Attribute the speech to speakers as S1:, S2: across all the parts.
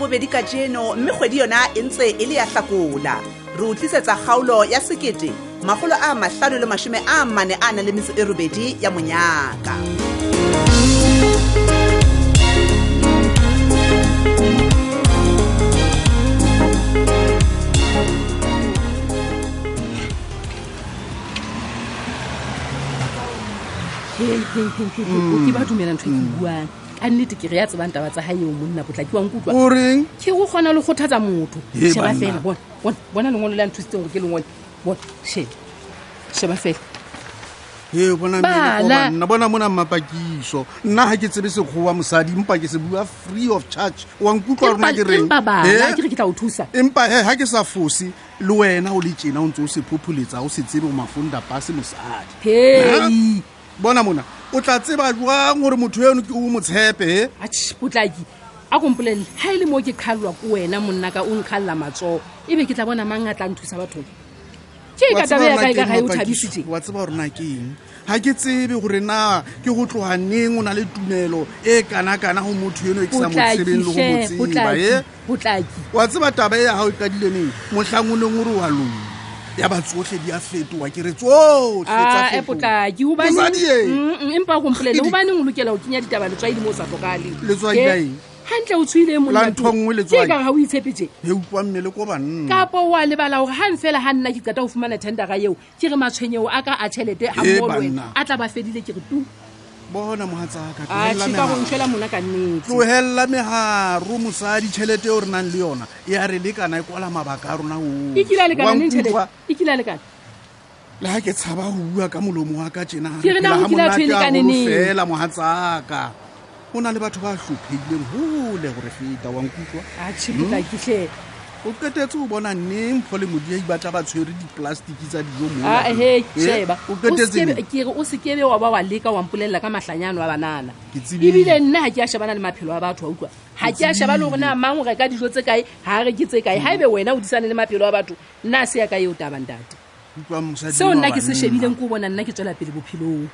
S1: bobedi ka jeno mme kgwedi yona e ntse e le ya hlakola re utlisetsa kgaolo ya sekete magolo a mahlano le mashome a mane a nang le metso e robedi ya monyaka
S2: Mm.
S3: ke ba dumela ntho e ke buang ka nnete ke re ya tsebang taba tsa gaeo monna potla ke wankutlwa
S2: oreng
S3: ke go kgona le kgothatsa motho
S2: Hee,
S3: sheba
S2: banna.
S3: fela bona bona, bona lengolo le a nthusitseng gore ke lengone bona sheba sheba fela
S2: e bona mmele o
S3: Bala.
S2: banna bona mona mapakiso nna ga ke tsebe sekgowa mosadi mpa ke se bua free of charge wa nkutlwa rona ke
S3: Empa-
S2: reng
S3: empa bana
S2: Eh?
S3: ke re ke tla o thusa
S2: empa he ha ke sa fose le wena o le tjena o ntse o se phopholetsa o se tsebe o mafonda pase mosadi
S3: hei
S2: Ha? bona mona o tla tseba jwang gore motho eno ke o mo tshepe he
S3: atšhe potlaki a kompolelele ga e le mo ke kgallwa ko wena monnaka o nkgalela matsogo ebe ke tla bona mang a tla nthusa bathong ke ka
S2: Wa tseba
S3: taba ya ka e
S2: hore na
S3: ka
S2: keng
S3: ga e o
S2: Mapakiso?
S3: thabisitse
S2: Wa tseba gore na ke eng ga ke tsebe gore na ke go tloga neng o na le tumelo e kana-kana go motho eno e ke sa mo tsebeng le go mo tseba e
S3: potlaki
S2: wa tseba taba e ya gago e qadileneng motlhang o leng ore wa lona ya batsotlhe di a fetowa ke re tsotlhe tsa
S3: Ah, e
S2: fetoha.
S3: potlaki hobane-
S2: Mosadi e,
S3: Mm, mm, empa gompolele
S2: Kgidi.
S3: gobaneng o lokela go kenya ditaba letswai di mo o sa tlhokale
S2: Letswai la eng?
S3: gantle o e tshwile
S2: La ntho nngwe letswai.
S3: ka ga o itshepetse
S2: he utlwa mmele ko banna
S3: kapo wa lebala gore gan fela ga nna ke qata go fumana tendera eo ke re matshwenyeo a ka a tšhelete a
S2: Eh,
S3: mmoole wena
S2: banna.
S3: a tla ba fedile ke re tu
S2: bona mogatsaka
S3: atšhe ka go ntshwela mona ka nnete
S2: tlohella meharo mosadi tšhelete o re nang le yona e a re lekana e kwala mabaka a rona
S3: e kile a lekana neng
S2: ohle.
S3: tšhelete
S2: Wa nkutlwa?
S3: e kile a lekana
S2: le ga ke tshaba go bua ka molomo wa ka tjena,
S3: Ke re na
S2: re
S3: ho kile
S2: phela
S3: a thwe e
S2: ha
S3: lekane
S2: monate
S3: neng?
S2: haholo fela mogatsaka go na le batho ba hlopheileng gole gore feta wa nkutlwa
S3: atšhe potlakitlhe
S2: o qetetse o bona neng phole modiai ba tla ba tshwere dipolastiki tsa dijo mola.
S3: ahe Ah,
S2: Eh,
S3: sheba
S2: o
S3: O sekebe-
S2: qetetse
S3: ke re o sekebe wa ba wa leka wa mpolelela ka mahlanyano a banana
S2: Ke tsebile.
S3: ebile nna ga ke a shebana le maphelo a batho wa utlwa ga ke a sheba le gore na mang o reka dijo tse kae ga re ke tse kae ga ebe wena o disane le maphelo a batho nna a se ya ka eo tabang date
S2: utlwa mosadi
S3: seo
S2: wa
S3: nna ke se
S2: banna.
S3: shebileng ko bona nna ke tswela pele bophelong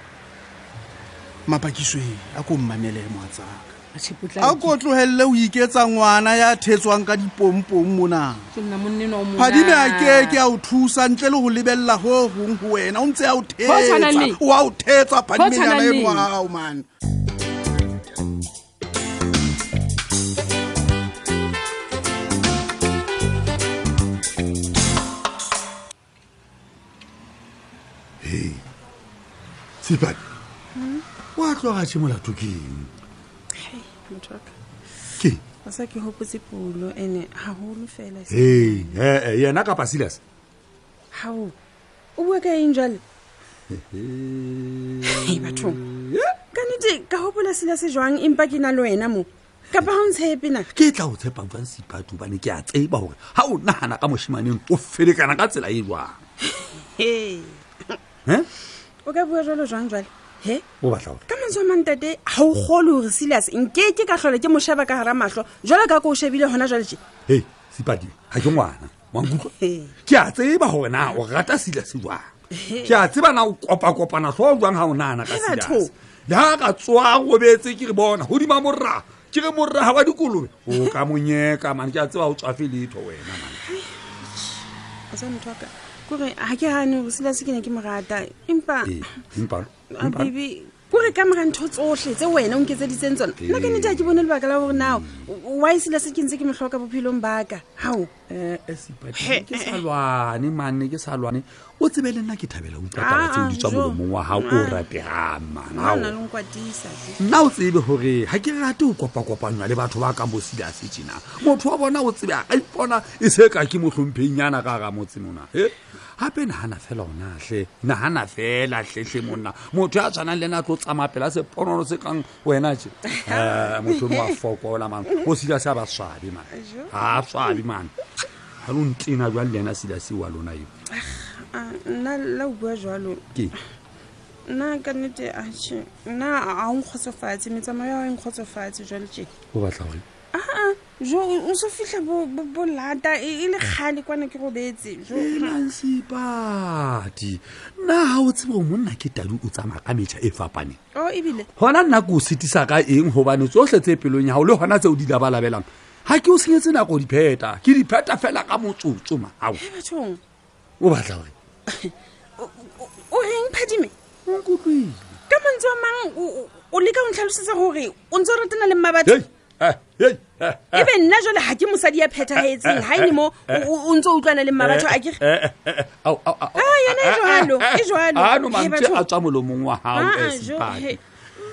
S2: mapakisweng a ko mmamele mogatsaka
S3: Atjhe,
S2: a
S3: Potlaki,
S2: ko tlohelle o iketsa ngwana ya thetswang ka dipompong monang
S3: ke nna monnenwa o mona.
S2: phadime a ke ke a o thusa ntle le go lebelela go gong go wena o ntse a o
S3: tshwanang le-
S2: thetsa o a o thetsa phadime
S3: tshwanang
S2: yana
S3: le-
S2: e moagao mane
S4: hei sepadi oa tlogatše molato keng
S5: motho wa ka.
S4: keng
S5: wa sa ke hopotse polo ene haholo fela
S4: hei ee eh, yena kapa silas
S5: gao o bua ka eng jale Hei, bathong kannete ka hopola sela se jwang empa ke na le wena mo kapa ga o ntshepe na
S4: ke tla o tshepa jwang sepadi obane ke a tseba gore ga o nagana ka mošimaneng o felekana ka tsela e jwang
S5: he
S4: e
S5: o ka bua jalo jwang jale he
S4: o batla gore
S5: ka mantswe a mantate ga o kgole gore selas nke ke ka tlhola ke mo sheba ka gara matlho jalo ka ko o shebile gona jale je
S4: hei sepadi ga ke ngwana wankutlwa
S5: Ee.
S4: ke a tseba gore na o rata silas jwang ke a tseba na o kopakopana tlho jwang ga o nagana ka
S5: Hei,
S4: silas
S5: batho.
S4: le ga ka tswa robetse ke re bona godima morra ke re morraga wa dikolobe o ka monyeka mane ke a tseba o tswafe letho wena man
S5: a sa motho wa ka kore ga ke gane gore selas ke ne ke mo rata empa
S4: Ee, empa-
S5: Ah,
S4: empa-
S5: baby kore ka mora ntho tsohle tse wena o nkedseditseng tsona nna ka nnete ha ke bone lebaka la gore na wi sela se ke ntse ke motlhoka bophelong baka gao
S4: Eh, eh, Sipati, ke sa lwane manne ke sa lwane o tsebe le nna ke thabela utlwa taba
S5: Ah,
S4: tseo di tswa
S5: jo.
S4: molomong wa gago o rategang
S5: o na
S4: manao
S5: lenkwatisa
S4: nna o tsebe gore ga ke rate o kopakopanywa le batho ba ka mo silase tjena motho wa bona o tsebe a ka ipona e se ka ke motlhompheng yana ka ga motse mona e gape nagana fela onatlhe nagana fela tlhetlhe monna motho ya tshwanang le ena a tlo tsamaya pela seponono se kang wena je Eh, motho ne wa fokola mane o silase a ba swabe mane ga a swabe mane ga lo ntena jwang le ena silase wa lona eo
S5: Ah, nna la o bua jalo
S4: ke
S5: nna ka nnete ae nna ga o nkgotsofatshe metsamao ya gao e nkgotsofatshe jalo tje
S4: o batla gore
S5: aa jo o se fitlha bolata e e le kgale kwana ke robetse Jo,
S4: emansepadi nna ga o tsebe o monna ke tadi o tsamaya ka metšha e fapaneng
S5: o ebile
S4: gona nna ke o setisa ka eng gobane tsotlhe tse pelong ya gago le gona tse o di labalabelang ga ke o senyetse nako dipheta ke dipheta fela ka motsotso maao
S5: e bathong
S4: o batla gore
S5: o- o- o reng phadime
S4: onkutlwile
S5: ka montse wa mang o- o- o leka go ntlhalosetsa gore o ntse o ratana le mmabatho ebe nna jale ga ke mosadi ya phethagetseng ga ene mo o- o o ntse o utlwana le mmabatho a kere Ah, yona e jwalo, e jwalo.
S4: ano
S5: He,
S4: mantse
S5: bathong.
S4: a tswa molomong wa gago
S5: Ah, ah, jo,
S4: esepadi
S5: he.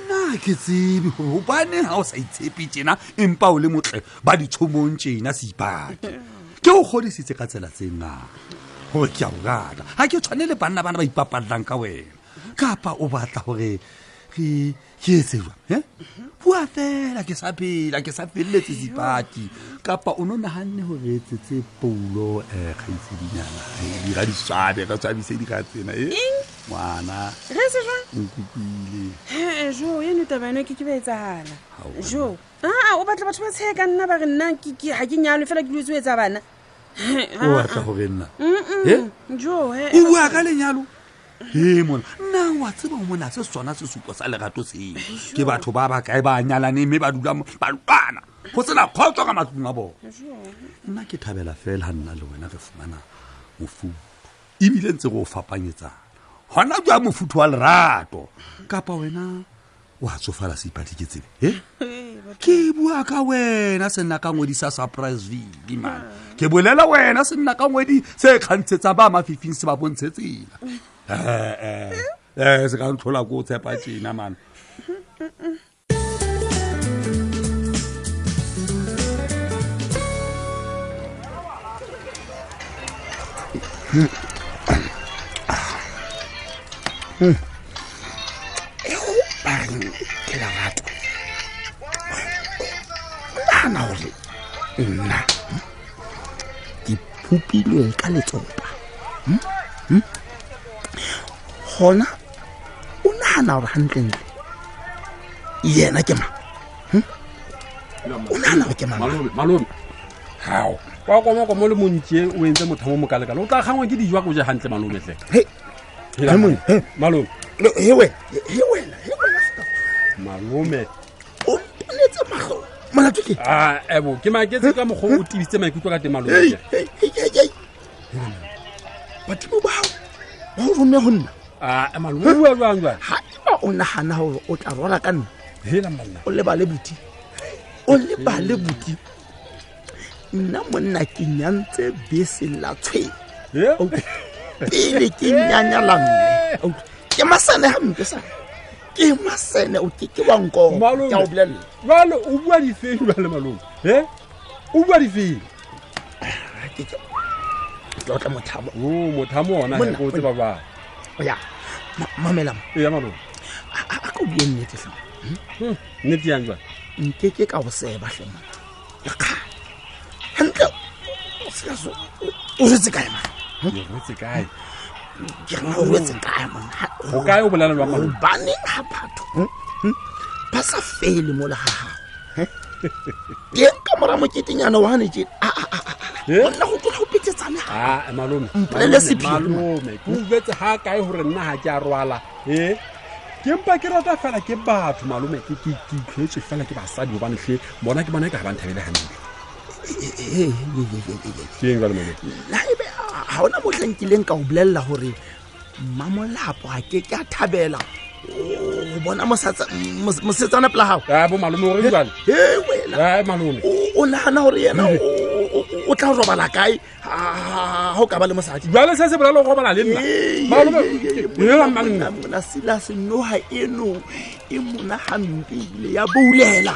S4: nna ke tsebe gore gobane ga o sa itshepe tena empa o le motle ba ditshomong tena seipadi ke o godisitse ka tsela tse ngata gore ke a o rata ga ke tshwane le banna bana ba ipapalelang ka wena kapa o batla gore ke ke etse jwang e bua fela ke sa phela ke sa feleletse sepati kapa o ne o naganne gore etsetse poulo um kgaitsedinyana dira diswabe re tswabise dira tsena e ngwana
S5: re se jang
S4: nkopile
S5: Eh, jo eno taba yano ke ke ba etsagala
S4: Ha o-
S5: jo aa o batla batho ba tsheya ka nna ba re nna ke- ke- ga ke nyalwe fela ke dilo tse o etsa bana
S4: o batla gore nna He?
S5: jo
S4: o bua ka lenyalo e mona nna wa tseba o mona se sona sesupo sa lerato seo ke batho ba bakae ba nyalane mme ba dula mo- ba lwana go sena kgotso ka matlong a bone nna ke thabela fela ha nna le wena re fumana mofuto ebile ntse go o fapanyetsana gona jwa mofutho wa lerato kapa wena wa tsofala seipati ke tsebe e ke bua ka wena se nna ka ngwedi sa surprise vidi man ke bolela wena se nna ka ngwedi se kgantshetsa ba mafifing se ba bontshe tsela Eh, eh, eh, se ka ntlhola ko o tshepa tena mana
S2: nagana gore nna ke phupilwe ka letsopa hm? Hm? gona o nagana gore gantlentle yena ke mang Hm? o nagana gore ke mang
S6: malome malome gao kwa komoko mo le montsie o entse motho mo mokalekale o tla gangwe ke dijo a ko je gantle malome tle
S2: Hei,
S6: Hela,
S2: Simon, he.
S6: malome
S2: Le- he wena he wena he wena Scott.
S6: malome
S2: o mponetse matlho molato ke
S6: a
S4: e
S6: ebo ke maketse ka mokgwa o tibisitse maikutlo ka teng malome tle
S2: badimo bao ba o romme go nna
S4: e
S6: a malome bua jwang jwang
S2: ga eba o nagana gore o tla rora ka nna
S6: hela monna
S2: o lebale boti o lebale boti nna monna ke nyantse bese la tshweng
S6: Eh?
S2: pele ke nyanyala mme Out. ke masene gampe sa ke masene o ke ke
S6: Malome.
S2: wankoa o bolelela
S6: jwale o bua difeng jwale malome e o bua difeng
S2: Ah, Ke- ke- ke otla mothamo
S6: o motho a mo ona
S2: Monna,
S6: ko o tseba jwang
S2: ya mamelam
S6: eya malome
S2: a ka o bue nnete tlhe
S6: Hmm, nnete yang jwale
S2: nke ke ka go seba tlhema lekga gantle o sekaso o retse kae ma
S6: Ke rotse kae
S2: ke rena o retse kae monna
S6: go kae o bolela jwang malome
S2: gobaneng ga batho hm,
S6: Hmm?
S2: hm, ba sa fele mo le gagago ke ka mora moketenyana wane ke ah,
S6: Eh?
S2: onna go tlola go petsetsane
S6: Ah, malome
S2: Mpolelle sephiri,
S6: malome ke utlwetse ga kae gore nna ga ke a rwala e ke mpa ke rata fela ke batho malome ke ke- ke itlhetse fela ke basadi gobanetlhe bona ke bona e ka ga banthabele gantle ke eng jale malome
S2: laebe ga ona motlhenkileng ka o bolelela gore mmamolapo ga ke ke a thabela o bona mosetsa- mos- mosetsana pela gago
S6: a bo malome ore jale
S2: e wela
S6: a malome
S2: o- o nagana gore yena o- o- o- o tla robala kae ga o ka ba le mosadi
S6: jale se se bolela go robala le nna malome ela manna
S2: mona selase noga eno e mona gampile ya boulela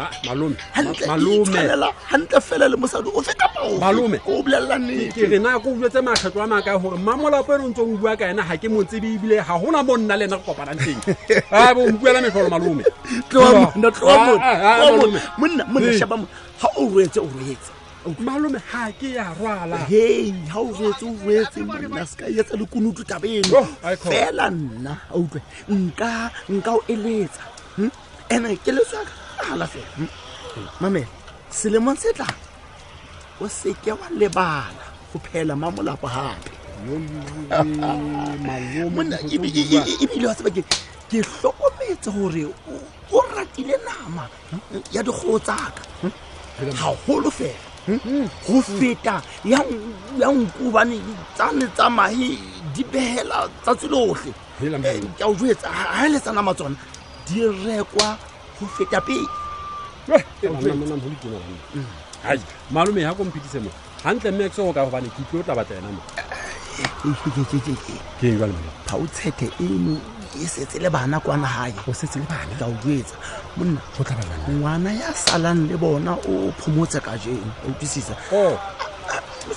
S6: Ah, ah, malome
S2: hantle
S6: ma-
S2: e
S6: malome
S2: itshwanela hantle fela le mosadi ofe kapa ofe.
S6: Malome.
S2: o bolelela
S6: ke
S2: nnete
S6: re na ko utlwetse makgetlo a makae gore mmamolapo eno ntse o bua ka ena ga ke mo tsebe ebile ga gona mo nna le ena go kopanang teng a bo mpuela metlholo malome
S2: tloa monna tloa monna,
S6: Ah, ah, ah,
S2: tloa monna
S6: malome.
S2: monna monna
S6: Ee.
S2: shaba monna ga o roetse o roetse
S6: malome ga ke ya rwala
S2: hei ga o roetse o roetse monna se ka etsa le konutu taba eno
S6: Oh, I call.
S2: fela nna a utlwe nka nka o eletsa hm? ene ke letswaka ala fela hm? mamela selemong se tlang o seke wa lebala go phela mamolapo gape monna ebi- e- e- e- ebile wa tseba ke ke hlokometse gore o- o ratile nama ya dikgoo tsaka hm? haholo fela go feta ya n- ya nku hobane tsane tsa mahe di behela tsatsi lotlhe
S6: Hela mme.
S2: Eh, ke a o jetsa ha e letsana matsona di rekwa go feta pele
S6: hai malome ya komphedise mo gantle max go ka gobane ke tlo o tla batla ena mo ke eng jwale malome?
S2: thaotshete eno e setse le bana kwa nagae
S6: o setse le bana
S2: ka o jetsa monna
S6: go tla bana
S2: ngwana ya salang le bona o phomotse ka jeno a utlwisisa
S6: o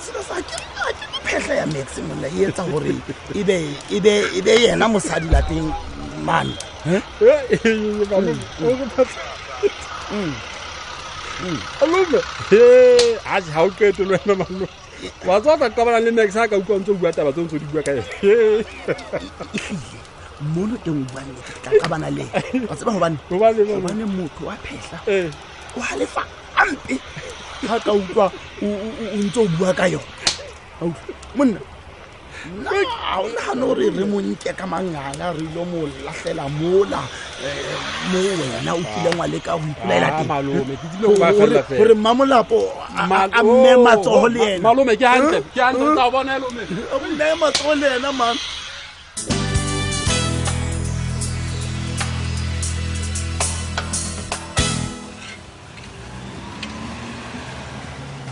S2: selo sa ke a ke phetlha ya max monna e etsa gore e be- e be e be yena mosadi lapeng mane
S6: malome he ase ga o kete le wena malome wa tsa tla kabanang le max ga ka utlwa o ntse o bua taba tse o ntse o di bua ka ena He,
S2: etlile e mono teng buanne ke tla kabana le ena. wa tseba gobane
S6: Hobane malome?
S2: gobane motho wa phetlha
S6: ee.
S2: o galefa ampe ga ka utlwa o- o o- o ntse o bua ka yona Wa utlwa? monna nna ga o nagane gore re monke ka mangala re ile mo latlhela mola eh, mo wena o kileng wa leka go ipolaela
S6: Ah,
S2: teng.
S6: malome, ke tlile ho ba fella
S2: Gore-
S6: fela.
S2: gore mmamolapo a a- a mme matsogo le ena
S6: malome ke hantle ke hantle tla o bona lome
S2: A mme matsogo le ena man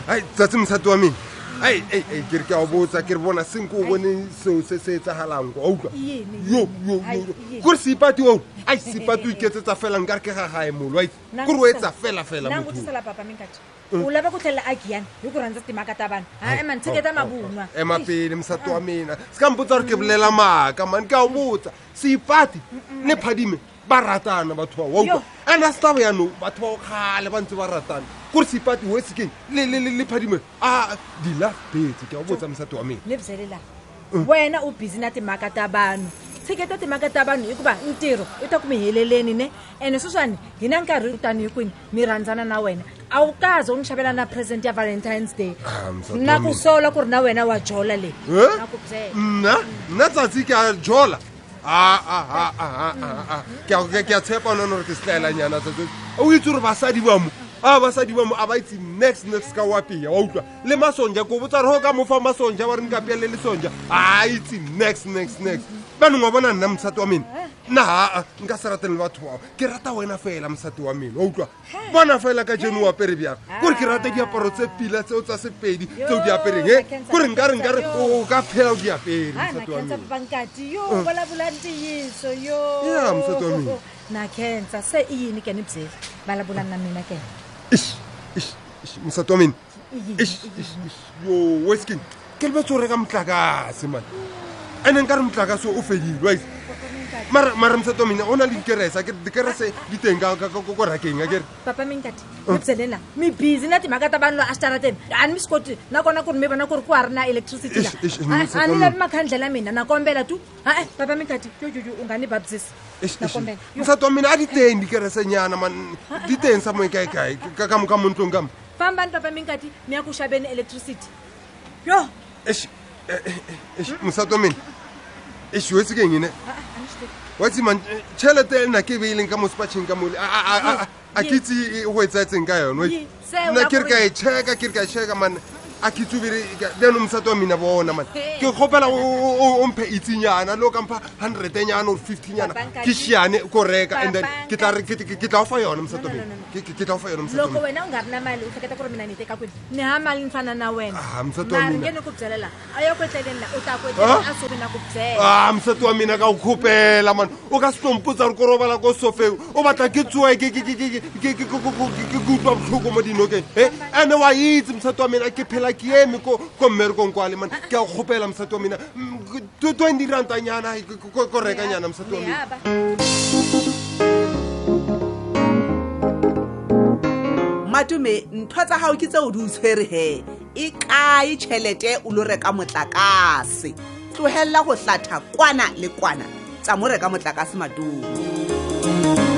S7: ai tsatsi mosati wa mene ai ai ai ke re ke a o botsa ke re bona senko o bone seo se se etsagalang ko a utlwa Yo, yo, yo, yo. kore seipati ono ai seipati o iketsetsa fela nka re ke gagae molo ai
S5: Nang
S7: kore o
S5: o tsa-
S7: etsa fela fela Eh.
S5: nang o
S7: motho oo.
S5: thisela papa menkate o lava ku tlhelela agiyani hi ku rhandza timhaka ta vanhu hae mani tsheketa mavunwa
S7: ema pele mosati
S5: Ah.
S7: wa mena se ka mpotsa gore ke bolela maaka mane ke a o botsa seipati le phadime ba ratana batho bao wa utlwa
S5: Yo.
S7: ande a se taba yanong batho bao kgale ba ntse ba ratana kore seipati o sekeng le le- le- le phadime a dilafbetse ke a o botsa mosati wa mena
S5: ni byele laha wena u bizi na timhaka ta vanhu tsheketa timhaka ta vanhu hikuva ntirho u ta ku mi heleleni ne ene sweswani hi na nkarhi tani hikwini mi rhandzana na wena a wu kaze u ni xavela na present ya valentines day
S7: Ah, musati
S5: na
S7: wa
S5: ku
S7: mina.
S5: sola ku ri na wena wa jola leyi
S7: Eh?
S5: na ku byela
S7: nna nna tsatsi ke a jola Ah, ah, ah, ah, ah, ah. Ke a- ke ke a tshepa onane gore ke setlaelanyana tsatsi o itse gore basadi ba mo a basadi ba mo a ba itse next next ka wapeya wa utlwa le masonja ko botsa re go ka mofa masonja ba re nka peele le sonja a itse next next next banong wa bona nna mosati wa mene nna aa nka se rateng le batho bao ke rata wena fela mosati wa mene wa utlwa bona fela ka jeno o apere bjang kore ke rata diaparo tse pila tseo tsa sepedi tseo di apereng e kore nkare nkare o ka phela o di apere
S5: hayi
S7: mosati wa
S5: nakhensa
S7: mene
S5: vankati yo vulavula ntiyiso yo
S7: Ya, msati wa mina.
S5: nakhensa se i yini ke ni byeli vulavula na mina ke
S7: Ish, ish, ish, mosati wa mene ish, ish, ish. yo weskin ke lebetse o reka motlakase mane ande nkare motlakase o fedile wise mara mara mosati wa mene o na le dikerese akere dikerese di teng ka- ka- ka- ko rakeng akere
S5: papa minkati ni byeleni la mi busy na timhaka ta vanhu loyi exitarateni a ni mi swi koti nakona ku ri mi vona ku ri ku ha ri na electricity la
S7: Eish, eish,
S5: A-
S7: msati wa
S5: a ni
S7: mina.
S5: lavi makhandlela mina na kombela tu ae papa minkati yoyoyo u nga ni babusisi na kombela Yo,
S7: mosati wa mene a di teng dikeresenyana man di teng sa moe kaekae ka ka mo ka mo ntlong ka mo
S5: fambani papa minkati mi ya ku xaveni electricity yo
S7: Eish, eh, eh, eh, eish, mosati wa mene eish wetse keng ene watse man tšhelete e nna ke e beileng ka mo sepatšheng ka mole a- a- a- a- a ke itse e- go e tsaetseng ka yone
S5: Ye, seo
S7: nna
S5: la
S7: ke re ka
S5: gore-
S7: e checka ke re ka e checka man a ke tsebere bjanong mosati wa mina bona man ke kgopela o- o o- o mphe itsenyana le o ka mpha hundrednyana or fiftynyana
S5: Papa,
S7: ke šiane ko reka and then
S5: Papa,
S7: ke tla re- ke- ke- ke tla o fa yone mosati wa
S5: No, no, no, no.
S7: mina ke ke- ke tla o fa yone mosati wa
S5: loko
S7: mina
S5: wena u nga ri na mali u hleketa ku ri mina ni teka kwini ni ha mali ni fana na wena
S7: Ah, msati wa
S5: na ri
S7: mina.
S5: nge ni ku byelela a yo kwetleleni la u ta
S7: Ah?
S5: kwetleli a suvi na ku byela
S7: a mosati Ah, wa mina ka o kgopela mane o ka se tlompotsa gore ko robala ko sofeng o batla ke tsoe ke ke- ke- ke- ke- ke- ke ke utlwa botlhoko mo dinokeng e ande wa itse mosati wa mina ke phela ke eme ko ko mmerekong kwa le mane ke a o kgopela mosati wa mina Mm, tw- twenty rantanyana ai, ko- ko ko rekanyana mosati wa mina
S5: lehaba
S1: madume ntho tsa gago ke tseo di o tshwere he e kae tšhelete o lo reka motlakase tlogelela go tlatha kwana le kwana tsa mo reka motlakase madume